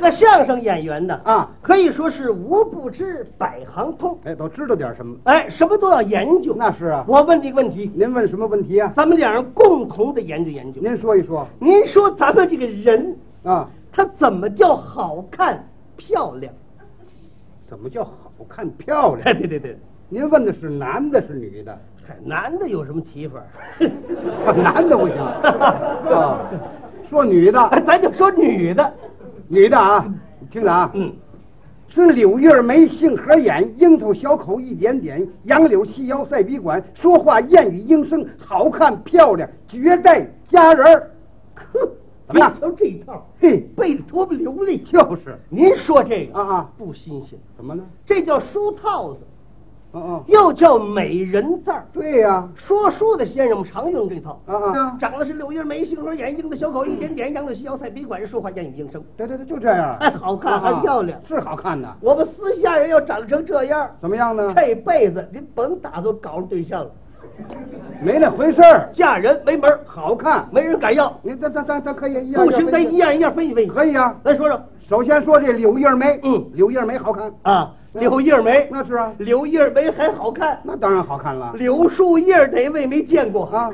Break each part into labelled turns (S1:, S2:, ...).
S1: 个相声演员呢，
S2: 啊，
S1: 可以说是无不知百行通，
S2: 哎，都知道点什么？
S1: 哎，什么都要研究。
S2: 那是啊。
S1: 我问你个问题，
S2: 您问什么问题啊？
S1: 咱们两人共同的研究研究。
S2: 您说一说
S1: 您说咱们这个人，
S2: 啊，
S1: 他怎么叫好看漂亮？
S2: 怎么叫好看漂
S1: 哎，
S2: 亮？
S1: 对对对，
S2: 您问的是男的，是女的？
S1: 嗨男的有什么提法？
S2: 啊男的不行啊，说女的，
S1: 哎咱就说女的，
S2: 女的啊，你听着啊，
S1: 嗯，
S2: 春柳叶眉，杏核眼，樱桃小口一点点，杨柳细腰赛笔管，说话燕语莺声，好看漂亮，绝代佳人儿。 呵，怎么
S1: 别
S2: 样？
S1: 瞧这一套，
S2: 嘿，
S1: 背的多么流利。
S2: 就是
S1: 您说这个
S2: 啊啊，
S1: 不新鲜，
S2: 怎么呢？
S1: 这叫书套子，
S2: 哦哦，
S1: 又叫美人字儿。
S2: 对呀，
S1: 说书的先生们常用这套。
S2: 啊啊，嗯
S1: 长得是柳叶眉，杏核眼，樱的小口一点点，杨柳细腰赛笔管，说话燕语莺声，
S2: 对对对，就这样。
S1: 哎，好看还
S2: 啊
S1: 漂亮。
S2: 是好看的。
S1: 我们私下人要长成这样，
S2: 怎么样呢？
S1: 这辈子您甭打算搞上对象了，
S2: 没那回事儿，
S1: 嫁人没门儿，
S2: 好看。
S1: 没人敢要。
S2: 你咱咱咱咱可以一样
S1: 不行，
S2: 一样
S1: 咱一样一样分析分析。
S2: 可以啊。
S1: 咱说说
S2: 首先说这柳叶眉，
S1: 嗯，
S2: 柳叶眉好看，
S1: 啊，
S2: 嗯
S1: 柳叶眉，
S2: 那是啊，
S1: 柳叶眉还好看，
S2: 那当然好看了
S1: 柳树叶哪位没见过？
S2: 啊，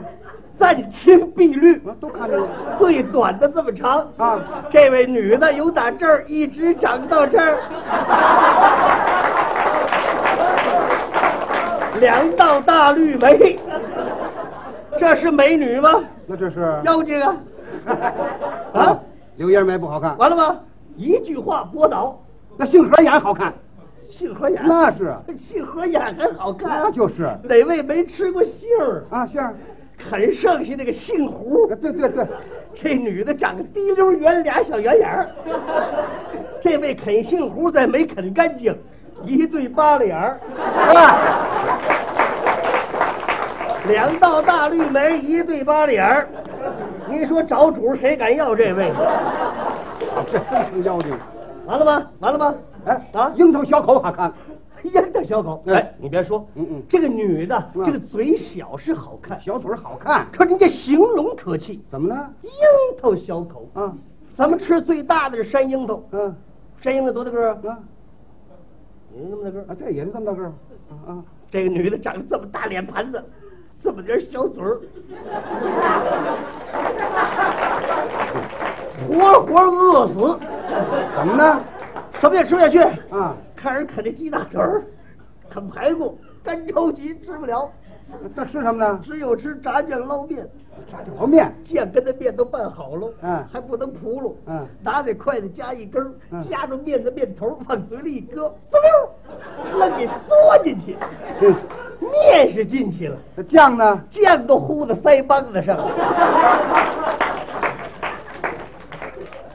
S1: 赞青碧绿，
S2: 啊都看着了
S1: 最短的这么长。
S2: 啊。
S1: 这位女的由打这儿一直长到这儿，两道大绿眉，这是美女吗？
S2: 那这是
S1: 妖精啊！啊，
S2: 柳叶眉不好看，
S1: 完了吗？一句话驳倒，
S2: 那杏核眼好看，
S1: 杏核眼，
S2: 那是啊，
S1: 杏核眼还好
S2: 那
S1: 看。啊
S2: 就是
S1: 哪位没吃过杏儿？
S2: 啊，是啊，
S1: 很剩下那个杏核。
S2: 对对对，
S1: 这女的长得滴溜圆，俩小圆眼儿。这位啃杏核再没啃干净，一对八脸儿，
S2: 啊，
S1: 两道大绿眉，一对八脸儿。您说找主谁敢要这位？
S2: 这真成妖精。
S1: 完了吗？完了吗？
S2: 哎
S1: 啊
S2: 樱桃小口好看，
S1: 烟大小狗，
S2: 嗯
S1: 哎，你别说，
S2: 嗯嗯
S1: 这个女的
S2: 嗯
S1: 这个嘴小是好看，
S2: 小嘴儿好看，
S1: 可人家形容可气，
S2: 怎么呢？
S1: 樱桃小口。
S2: 啊，
S1: 咱们吃最大的是山樱桃，
S2: 嗯
S1: 山樱桃多大个儿啊？
S2: 啊
S1: 你那么大个儿？
S2: 啊，对，也是这么大个儿，啊啊，
S1: 这个女的长得这么大脸盘子，这么点小嘴儿，活活饿死，
S2: 怎么呢？
S1: 什么也吃不下去。
S2: 啊，
S1: 看人啃那鸡大腿儿，啃排骨，干着急吃不了，
S2: 那吃什么呢？
S1: 只有吃炸酱捞面。
S2: 炸酱捞面，
S1: 酱跟那面都拌好了，
S2: 嗯
S1: 还不能扑噜，
S2: 嗯
S1: 拿那筷子夹一根儿，
S2: 嗯
S1: 夹住面的面头儿往嘴里一搁，滋溜儿，愣给嘬进去，
S2: 嗯，
S1: 面是进去了，
S2: 那酱呢？
S1: 酱都糊在腮帮子上了。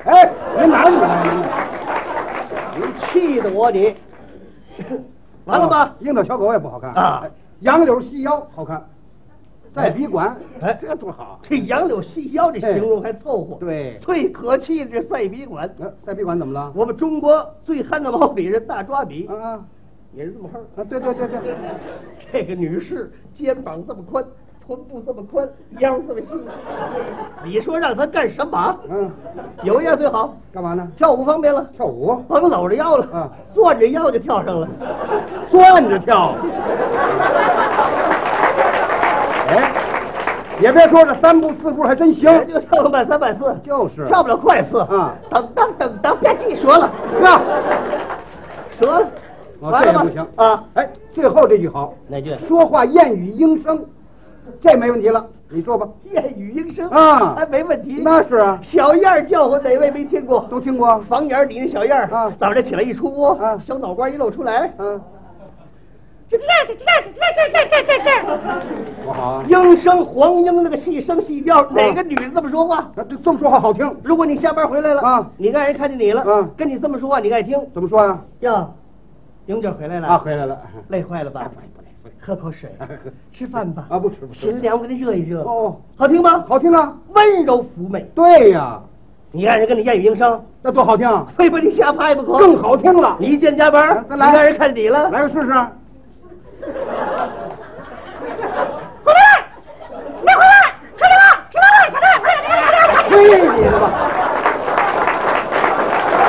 S2: 哎，您哪儿你来？
S1: 你气得我 你，完了吧？？
S2: 啊樱桃小狗也不好看
S1: 啊
S2: 哎杨柳细腰好看，赛笔管，
S1: 哎
S2: 这多好。
S1: 这杨柳细腰这形容还凑合，
S2: 对
S1: 最可气的是赛笔管。
S2: 那赛笔管怎么了？
S1: 我们中国最憨的毛笔是大抓笔，
S2: 啊啊
S1: 也是这么憨儿。
S2: 啊！对对对对，
S1: 这个女士肩膀这么宽，臀部这么宽，腰这么细，你说让她干什么啊？
S2: 嗯，
S1: 有一样最好，
S2: 干嘛呢？
S1: 跳舞方便了，
S2: 跳舞，
S1: 甭搂着腰了，
S2: 啊
S1: 攥着腰就跳上了。
S2: 攥 着跳。哎，也别说这三步四步还真行，
S1: 哎就跳个慢三慢四，
S2: 就是
S1: 跳不了快四
S2: 啊
S1: 等当等当，吧唧折了，
S2: 呵，
S1: 折了，
S2: 哦
S1: 完了
S2: 这也
S1: 吧？
S2: 不行
S1: 啊，
S2: 哎，最后这句好，
S1: 哪句
S2: 说话燕语莺声，这没问题了，你说吧。
S1: 燕语莺声
S2: 啊
S1: 还没问题。
S2: 那是啊，
S1: 小燕儿叫唤哪位没听过？
S2: 都听过。
S1: 房檐底那小燕儿
S2: 啊
S1: 早上起来一出窝，
S2: 啊
S1: 小脑瓜一露出来，
S2: 嗯，
S3: 这这这这这这这这这这，
S2: 多好啊！
S1: 莺声黄莺那个细声细调，哪个女人这么说话？
S2: 那这这么说话好听，
S1: 如果你下班回来了
S2: 啊
S1: 你爱人看见你了
S2: 啊
S1: 跟你这么说话，你爱听
S2: 怎么说呀？
S1: 呀？英姐回来了
S2: 啊，，哎回来了。
S1: 累坏了吧？喝口水，吃饭吧。
S2: 哎啊不吃不吃
S1: 心凉，我给你热一热。
S2: 哦，
S1: 好听吗？
S2: 好听啊！
S1: 温柔妩媚，
S2: 对呀，
S1: 你爱人跟你燕语莺声，
S2: 那多好听啊！
S1: 非把你吓趴也不可。
S2: 更好听了，
S1: 你一见加班
S2: 啊
S1: 儿，
S2: 再来
S1: 你爱人看见你了，
S2: 来个试试。啊